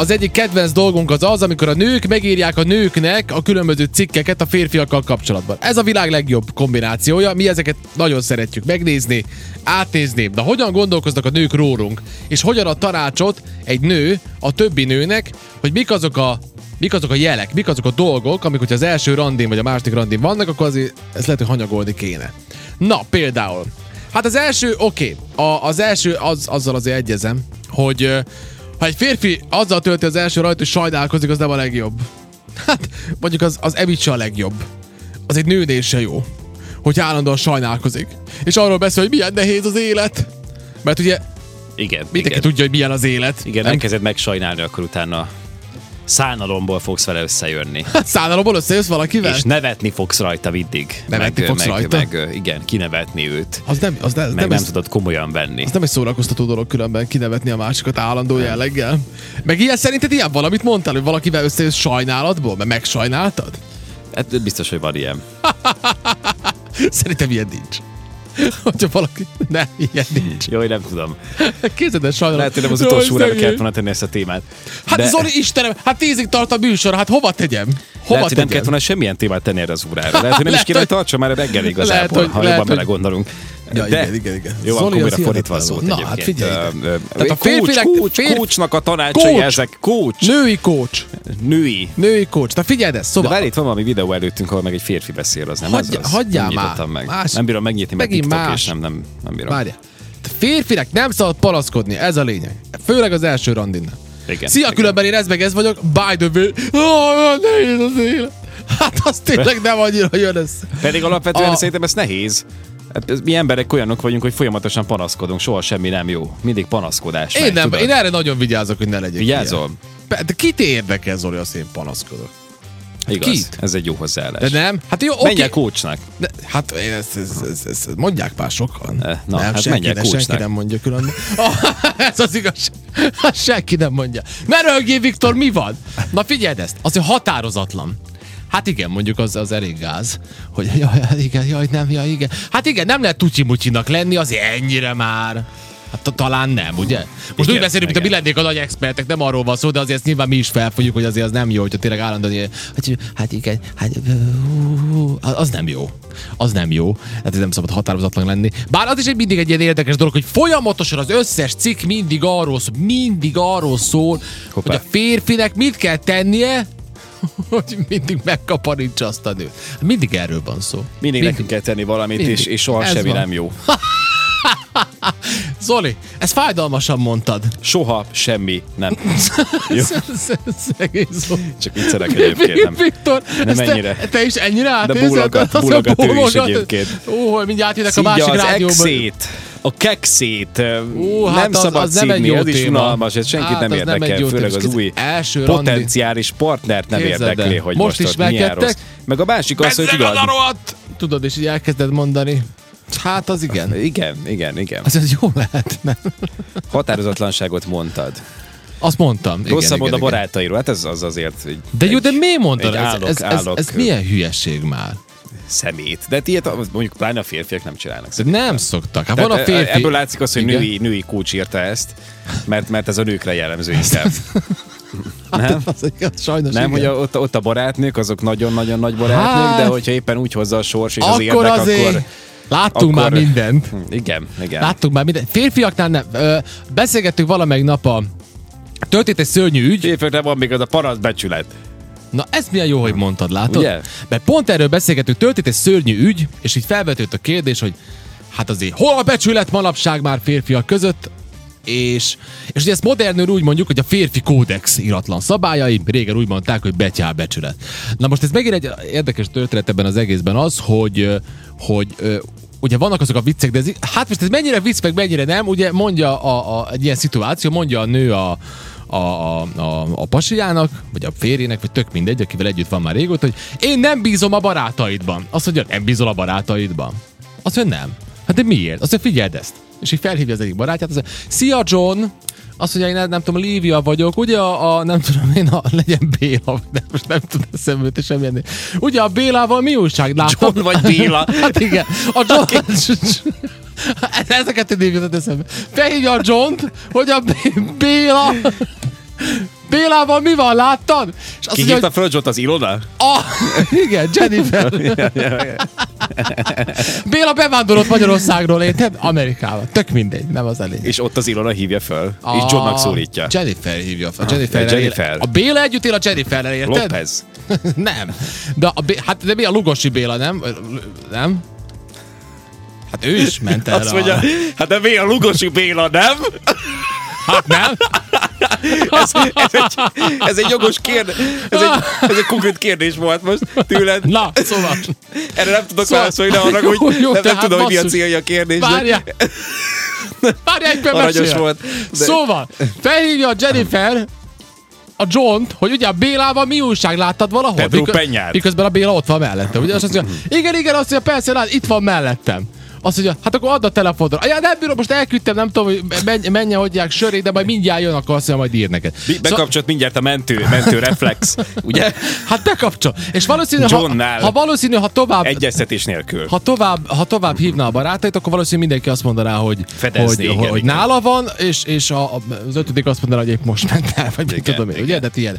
Az egyik kedvenc dolgunk az az, amikor a nők megírják a nőknek a különböző cikkeket a férfiakkal kapcsolatban. Ez a világ legjobb kombinációja, mi ezeket nagyon szeretjük megnézni, átnézni. De hogyan gondolkoznak a nők rólunk, és hogyan ad tanácsot egy nő a többi nőnek, hogy mik azok a Mik azok a jelek, mik azok a dolgok, amik, hogyha az első randin vagy a második randin vannak, akkor azért ezt lehet, hogy hanyagolni kéne. Na, például. Hát az első, oké, okay. az első, az, azzal azért egyezem, hogy ö, ha egy férfi azzal tölti az első rajt, hogy sajnálkozik, az nem a legjobb. Hát, mondjuk az, az Evics a legjobb. Az egy nőnél se jó, hogy állandóan sajnálkozik. És arról beszél, hogy milyen nehéz az élet. Mert ugye Igen, mindenki igen. tudja, hogy milyen az élet. igen, nem? elkezded megsajnálni, akkor utána szánalomból fogsz vele összejönni. Szállalomból összejössz valakivel? És nevetni fogsz rajta mindig. Nevetni meg, fogsz meg, rajta? Meg, ö, igen, kinevetni őt. Az nem, az nem, az Meg nem, nem az, tudod komolyan venni. az nem egy szórakoztató dolog különben kinevetni a másikat állandó jelleggel. Meg ilyen szerinted ilyen valamit mondtál, hogy valakivel összejössz sajnálatból, mert megsajnáltad? Hát biztos, hogy van ilyen. Szerintem ilyen nincs. Hogyha valaki... Nem, ilyen nincs. Jó, én nem tudom. Képzeld el, sajnálom. Hm. Lehet, hogy nem az Jaj, utolsó órára szegény. kellett volna tenni ezt a témát. Hát de... Zoli, Istenem, hát tízig tart a műsor, hát hova tegyem? Hova lehet, hogy nem tegyem? kellett volna semmilyen témát tenni erre az órára. Lehet, hogy nem is Lehet, kéne hogy- tartsa már a reggel Lehet, igazából, hogy- ha lehet, jobban hogy- belegondolunk. Ja, igen, igen, igen. Jó, Zoli akkor az mire fordítva a hihetetlen szót volt. Na, hát egyébként. figyelj ide. Tehát a férfi férfinek- kócs, férfi- kócsnak a tanácsai Kócs! ezek. Kócs, Női kócs. női. Női kócs. Na figyeld ezt, De szóval. várj, itt van valami videó előttünk, ahol meg egy férfi beszél, az nem Hagyja- az? az? hagyjál Nem már. nyitottam Meg. Más- Nem bírom megnyitni, mert Megint TikTok más. más. és nem, nem, nem bírom. Várja. Férfinek nem szabad palaszkodni, ez a lényeg. Főleg az első randinnál. Igen, Szia, igen. különben én ez meg ez vagyok, by the way. Oh, olyan nehéz az élet. Hát az tényleg nem annyira jön össze. Pedig alapvetően A- szerintem ez nehéz. Hát ez- Mi emberek olyanok vagyunk, hogy folyamatosan panaszkodunk, soha semmi nem jó. Mindig panaszkodás. Én, megy, nem, tudod? én erre nagyon vigyázok, hogy ne legyek Vigyázol? ilyen. Pe- De kit érdekel, Zoli, azt én panaszkodok? Igaz, Kit? ez egy jó hozzáállás. De nem? Hát jó, oké. Menj el kócsnak. Ne, hát én ezt, ezt, ezt, ezt mondják már sokan. Eh, na, nem, hát senki, menjek ne, senki kulcsnak. nem mondja különben. Ah, ez az igaz. Hát senki nem mondja. Ne röhögjél, Viktor, mi van? Na figyeld ezt, az határozatlan. Hát igen, mondjuk az, az elég gáz, hogy jaj, igen, jaj, nem, jaj, igen. Hát igen, nem lehet tucimutyinak lenni, azért ennyire már. Hát ta- talán nem, ugye? Most Igen, úgy beszélünk, mint a igen. mi lennénk a nagy expertek, nem arról van szó, de azért ezt nyilván mi is felfogjuk, hogy azért az nem jó, hogyha tényleg állandóan ilyen, hogy hát igen, hát ú, az nem jó. Az nem jó. Hát ez nem szabad határozatlan lenni. Bár az is egy mindig egy ilyen érdekes dolog, hogy folyamatosan az összes cikk mindig arról szól, mindig arról szól, Hoppá. hogy a férfinek mit kell tennie, hogy mindig megkaparítsa azt a nőt. Mindig erről van szó. Mindig nekünk kell tenni valamit, Mindig. és, és soha Ez semmi van. nem jó. Zoli, ezt fájdalmasan mondtad. Soha semmi nem. Jó, Szegény Zoli. csak viccelek egyébként. Nem. Viktor, Nem ezt ennyire. Te, te is ennyire átérzed? bólogat- Azt a bólogat ő is bólogat- egyébként. Ó, hogy mindjárt jönnek a Szidja másik az rádióban. exét, a kekszét, Ó, Ó, hát nem az- szabad az nem egy szídni, jó ez is téma. unalmas, ez senkit Hát nem az nem érdekel, egy jó főleg téma. az új Első randi. potenciális partnert nem Képzeld el. érdekli, hogy Most most, is ott milyen megkedtek? rossz. Meg a másik az, hogy Bezzeg tudod, az a rohadt! Tudod, és így elkezded mondani. Hát az igen. igen, igen, igen. Az, az jó lehet, nem? Határozatlanságot mondtad. Azt mondtam. Igen, Rosszabb igen, a igen. barátairól, hát ez az azért egy, De jó, de miért mondod? egy Ez, állok- ez, ez, állok. ez, milyen hülyeség már? szemét. De ilyet az mondjuk pláne a férfiak nem csinálnak. De nem szoktak. Hát Tehát e- van a férfi... Ebből látszik az, hogy Igen. női, női kócs írta ezt, mert, mert ez a nőkre jellemző inkább. Hát, az igaz, sajnos Nem, igen. hogy a, ott, ott a barátnők, azok nagyon-nagyon nagy barátnők, Hát- de hogyha éppen úgy hozza a sors és az Akkor érdek, azért... Hát- akkor... Láttunk már akkor- mindent. Hm, Igen, igen. Láttuk már minden. Férfiaknál nem. Ö, beszélgettünk valamelyik nap a Történt egy szörnyű ügy. Férfiaknál van még az a paraszt becsület. Na ezt milyen jó, hogy mondtad, látod? Ugye? Mert pont erről beszélgettünk, történt egy szörnyű ügy, és így felvetődött a kérdés, hogy hát azért hol a becsület manapság már férfiak között, és, és ugye ezt modernül úgy mondjuk, hogy a férfi kódex iratlan szabályai, régen úgy mondták, hogy betyár becsület. Na most ez megint egy érdekes történet ebben az egészben az, hogy, ö, hogy ö, ugye vannak azok a viccek, de ez, í- hát most ez mennyire vicc, meg mennyire nem, ugye mondja a, a, egy ilyen szituáció, mondja a nő a, a, a, a, a pasijának, vagy a férjének, vagy tök mindegy, akivel együtt van már régóta, hogy én nem bízom a barátaidban. Azt mondja, nem bízol a barátaidban. Azt mondja, nem. Hát de miért? Azt mondja, figyeld ezt. És így felhívja az egyik barátját, azt mondja, szia John! Azt mondja, én nem, nem tudom, Lívia vagyok, ugye a, a nem tudom én, a, legyen Béla, vagy nem, most nem tud eszembe jutni semmi ennél. Ugye a Bélával mi újság? Látod? John vagy Béla. Hát igen. A John... Ezeket tudnék jutott eszembe. Felhívja a John-t, hogy a B- Béla... Bélával mi van, láttad? És azt Ki mondja, hívta hogy Fröccsot az Ilona? a... Igen, Jennifer. Béla bevándorolt Magyarországról, érted? Amerikába. Tök mindegy, nem az elég. És ott az Ilona hívja föl. A... Ah, És Johnnak szólítja. Jennifer hívja fel. Jennifer. ja, Jennifer. A Béla együtt él a Jenniferrel, érted? López. nem. De, a Bé- hát, de mi a Lugosi Béla, nem? L- Nem? Hát ő is ment erre. Azt mondja, a... hát de mi a Lugosi Béla, nem? Hát nem? Ez, ez, egy, ez egy jogos kérdés. Ez egy, ez egy konkrét kérdés volt most tőled. Na, szóval. Erre nem tudok Szóval- válaszolni, arra, hogy Jó, jó, nem, nem tehát tudom, hogy mi a basszus. célja a kérdésnek. Várjál. Várjál, egyben Aranyos mesélem. volt, de- Szóval, felhívja a Jennifer a John-t, hogy ugye a Bélával mi újság láttad valahol? Pedro Mikö- Penyát. Miközben a Béla ott van mellette. Ugye? Azt mondja, igen, igen, azt mondja, persze, lát, itt van mellettem. Azt mondja, hát akkor add a telefonra. Ja, nem bírom, most elküldtem, nem tudom, hogy menj, menjen, hagyják söré, de majd mindjárt jön, akkor azt mondja, majd ír neked. Szóval- Bi- Bekapcsolt mindjárt a mentő, mentő reflex, ugye? Hát bekapcsol. És valószínű, ha, Johnnál. ha valószínű, ha tovább... Egyeztetés nélkül. ha tovább, ha tovább hívná a barátait, akkor valószínűleg mindenki azt mondaná, hogy, Fedezni, hogy, igen, hogy, hogy igen. nála van, és, és a, a, az ötödik azt mondaná, hogy épp most ment el, vagy mit Igen, tudom én, igen. ugye? De ti ilyen,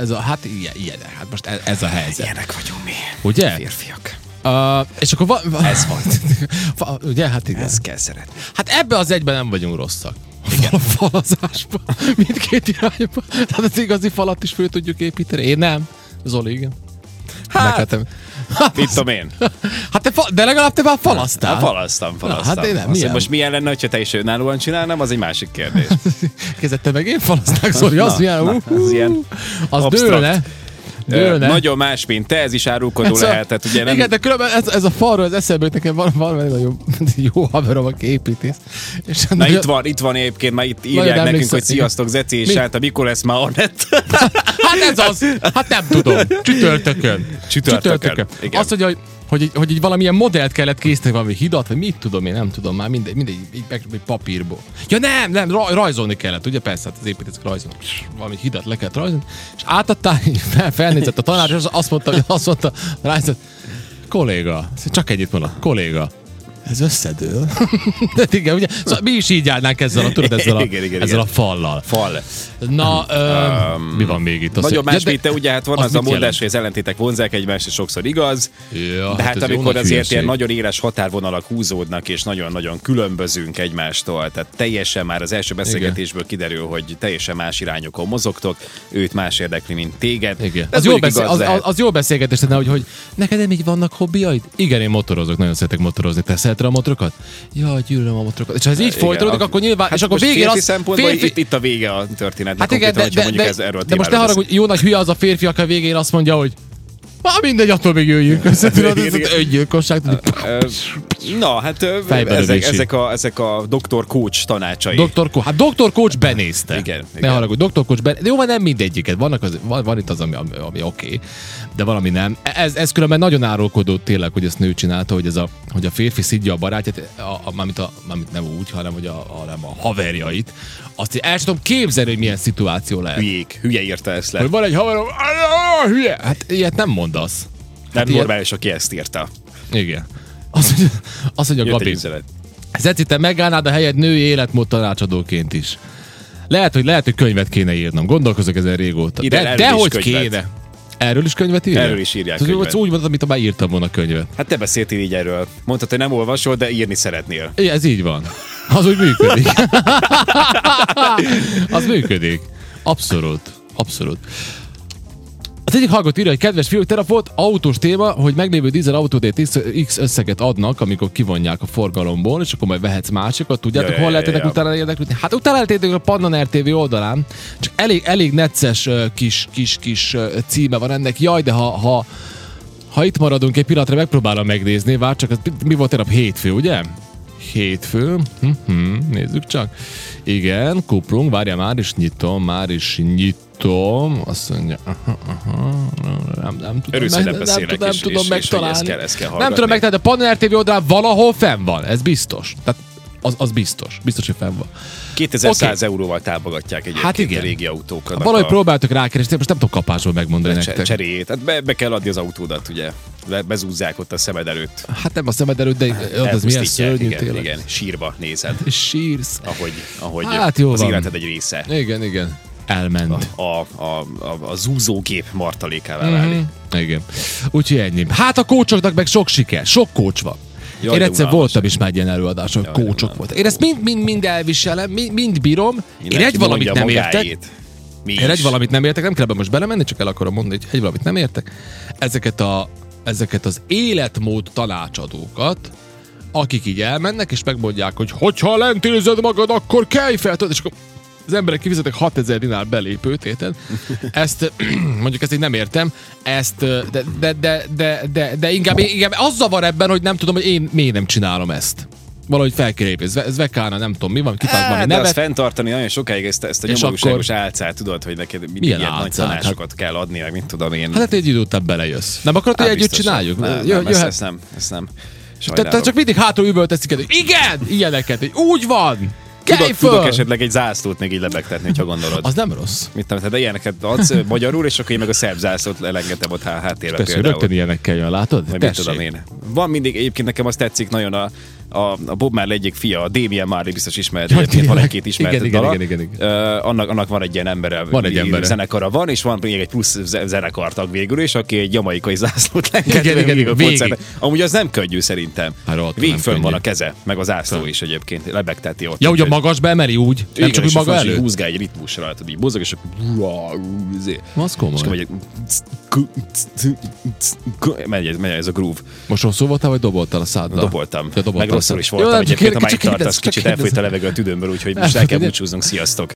ez a, hát ilyen, ilyen, hát most ez, ez a helyzet, Ilyenek vagyunk mi. ugye? Férfiak. Uh, és akkor van... Va, ez volt. Va, ugye, hát igen. Ezt kell szeretni. Hát ebbe az egyben nem vagyunk rosszak. Igen. A falazásban, mindkét irányba. Tehát az igazi falat is föl tudjuk építeni. Én nem. Zoli, igen. Hát, Neketem. Mit tudom én? hát te fa, de legalább te már falasztál. Hát falasztam, falasztam. hát én nem, Azt, hogy milyen? most milyen lenne, ha te is önállóan csinálnám, az egy másik kérdés. Kezdett te meg én falaszták, Zoli, az Na, milyen, na, uh, az ilyen az absztrakt. dőlne. Ö, Dőlne. Nagyon más, mint te, ez is árulkodó Ez a- lehet. Tehát ugye nem, Hát szóval- Igen, de különben ez, ez a falról, ez eszembe jut nekem van, van egy nagyon jó haverom, aki építész. És Na itt van, itt van egyébként, már itt írják nekünk, emlékszem, hogy sziasztok Zeci és Mi? hát a mikor lesz már Anett. Hát ez az. Hát nem tudom. Csütörtökön. Csütörtökön. Igen. Azt mondja, hogy hogy így, hogy így valamilyen modellt kellett készíteni, valami hidat, vagy mit tudom én, nem tudom már, mindegy, mindegy így meg, egy papírból. Ja nem, nem, raj, rajzolni kellett, ugye persze, hát az építészek rajzolni, valami hidat le kellett rajzolni, és átadták, így fel, felnézett a tanár, és azt- azt mondta, hogy azt mondta, rájzett, kolléga, csak ennyit mondok, kolléga, ez összedől. De igen, ugye? Szóval mi is így állnánk ezzel a, tudod, ezzel a, Igen, igen, ezzel a igen. fallal. Fal. Na, ö, mi van még itt? Azt Nagyon mondja, más, de- mint te, ugye hát van az az, a mit jelent? mondás, hogy az ellentétek vonzák egymást, és sokszor igaz. Ja, De hát ez hát, jó nagy amikor azért hülyeség. ilyen nagyon éles határvonalak húzódnak, és nagyon-nagyon különbözünk egymástól, tehát teljesen már az első beszélgetésből kiderül, hogy teljesen más irányokon mozogtok, őt más érdekli, mint téged. Igen. Ez Az, jó mondjuk beszél, igaz az, az, lehet. az jó beszélgetés lenne, hogy, hogy neked nem így vannak hobbiaid? Igen, én motorozok, nagyon szeretek motorozni. Te szereted a motorokat? Jaj, gyűlölöm a motorokat. És ha ez így Igen, folytatódik, ak- akkor nyilván... Hát és akkor most végén férfi az... szempontból itt, itt a vége a történetnek. hát igen, konkrétan, de, hogyha de, mondjuk de, ez erről a de most ne témáról haragudj, jó nagy hülye az a férfi, aki a végén azt mondja, hogy Ma mindegy, attól még jöjjünk össze, tudod, ez Igen, az öngyilkosság. tudod. beszélünk. Na, hát ö, Fejbelövési. ezek, ezek, a, ezek a doktor coach tanácsai. Dr. Ko- hát Dr. Coach benézte. Igen, ne igen. haragudj, Dr. Coach ben... Jó, van nem mindegyiket. Vannak az, van, van, itt az, ami, ami, ami oké, okay, de valami nem. E- Ez, ez különben nagyon árulkodó tényleg, hogy ezt nő csinálta, hogy, ez a, hogy a férfi szidja a barátját, a, a, mármint, a, mármint nem úgy, hanem, hogy a, hanem a haverjait. Azt én el sem tudom képzelni, hogy milyen szituáció lehet. Hülyék, hülye írta ezt le. Hogy van egy haverom, "Á, á, hülye! Hát ilyet nem mondasz. Nem Hát ilyen- normális, aki ezt írta. Igen. Azt mondja, azt mondja Jött egy Gabi, üzenet. Zeci, te megállnád a helyed női életmód tanácsadóként is. Lehet, hogy lehet, hogy könyvet kéne írnom. Gondolkozok ezen régóta. Írj el de erről de is hogy könyvet. kéne? Erről is könyvet írja? Erről is írják Tudod, könyvet. Úgy mondod, amit már írtam volna könyvet. Hát te beszéltél így erről. Mondtad, hogy nem olvasol, de írni szeretnél. Igen, ez így van. Az úgy működik. Az működik. Abszolút. Abszolút. Az egyik hallgató írja, hogy kedves fiúk, terafot, autós téma, hogy meglévő dízel autódét X- X összeget adnak, amikor kivonják a forgalomból, és akkor majd vehetsz másikat. Tudjátok, Ja, ja, hol ja, lehet ennek ja. utána érdeklődni? Hát utána lehet érdeklődni a Pannon RTV oldalán, csak elég, elég necces ö, kis, kis, kis ö, címe van ennek. Jaj, de ha, ha, ha itt maradunk egy pillanatra, megpróbálom megnézni, vár csak, az, mi volt tegnap hétfő, ugye? Hétfő, hm-hm, nézzük csak. Igen, kuplunk, várja, már is nyitom, már is nyitom. Azt mondja, aha, aha, nem, nem tudom, Örülsz, hogy nem beszélek, tudom, nem és- tudom és- és hogy megtalálni. ezt kell- ezt kell nem hallgatni. tudom megtalálni, de a Panner TV oldalán valahol fenn van, ez biztos. Tehát az, az biztos, biztos, hogy fenn van. 2100 okay. euróval támogatják egyébként Hát hát igen. igen. a régi autókat. Valahogy próbáltok rákeresni, most nem tudok kapásból megmondani nektek. cseréjét. Hát be, be, kell adni az autódat, ugye? Be, bezúzzák ott a szemed előtt. Hát nem a szemed előtt, de Hát az milyen Elpusztítják. szörnyű igen, tényleg. igen, sírba nézed, Sírsz. ahogy, ahogy Hát jó az van. életed egy része. Igen, igen. elment. a, a, a, a zúzógép martalékává válik. Mhm. Mm-hmm. Igen. Úgyhogy ennyi. Hát a kócsoknak meg sok siker, sok kócs van. Jaj, Jaj, Én de egyszer unalmas. voltam is már ilyen előadáson, hogy de kócsok unalmas. voltak. Én ezt mind, mind, mind elviselem, mind, mind bírom. Én egy valamit nem értek. Mi Én egy is. valamit nem értek, nem kell ebbe most belemenni, csak el akarom mondani, hogy egy valamit nem értek. Ezeket, a, ezeket az életmód tanácsadókat, akik így elmennek, és megmondják, hogy hogyha lent érzed magad, akkor kelj fel, tudod, és akkor az emberek kifizetek 6000 dinár belépőtéten. Ezt, mondjuk ezt így nem értem, ezt, de, de, de, de, de, de inkább, inkább az zavar ebben, hogy nem tudom, hogy én miért nem csinálom ezt. Valahogy fel kéne lépni. Ez, ez Vekána, nem tudom mi van, kitált Hát, valami de azt nevet. fenntartani nagyon sokáig ezt, ezt a És nyomorúságos akkor... álcát, tudod, hogy neked mindig Milyen Milyen ilyen nagy álcát? tanácsokat kell adni, meg mit tudom én. Hát egy idő után belejössz. Nem akarod, hogy Hát együtt biztos, csináljuk? Nem, Jö- nem, ezt, jöhet- ezt nem, ezt nem. Tehát te Sajnálom. csak mindig hátul üvölteszik, hogy igen, ilyeneket, hogy úgy van, kelj tudok, tudok föl! esetleg egy zászlót még így lebegtetni, ha gondolod. Az nem rossz. Mit tudom, tehát ilyeneket adsz ö, magyarul, és akkor én meg a szerb zászlót elengedem ott há- háttérre Persze, hogy például. rögtön ilyenekkel jön, látod? Vagy mit Tessék. tudom én. Van mindig, egyébként nekem azt tetszik nagyon a, a, a Bob Marley egyik fia, a Damien Marley biztos ismert, Jaj, egyébként van tényleg. egy-két ismert Igen, igen, dala. igen, igen, igen. Ö, annak, annak van egy ilyen embere, Van egy embere. zenekara van, és van még egy plusz ze- zenekartag végül is, aki egy jamaikai zászlót lenged Igen, igen, végig a igen, koncerten. Amúgy az nem könnyű szerintem. Hát rohadtul Végig nem fönn van könnyű. a keze, meg a zászló is egyébként, lebegteti ott. Ja, ugye Úgyhogy- magas beemeli úgy, nem csak és úgy maga fölös, így elő. Húzgál egy ritmusra, tudod, így mozog, és akkor... izé. Az És akkor komoly. megy egy... Megy ez, megy ez a groove. Most rosszul voltál, vagy doboltál a száddal? Doboltam. Ja, doboltam. Meg rosszul is Jó, voltam. nem, egyébként, kérdez- amelyik csak tartasz, kérdez- kicsit csak elfolyt a kérdez- levegő a tüdőmből, úgyhogy most el kell búcsúznunk. Sziasztok!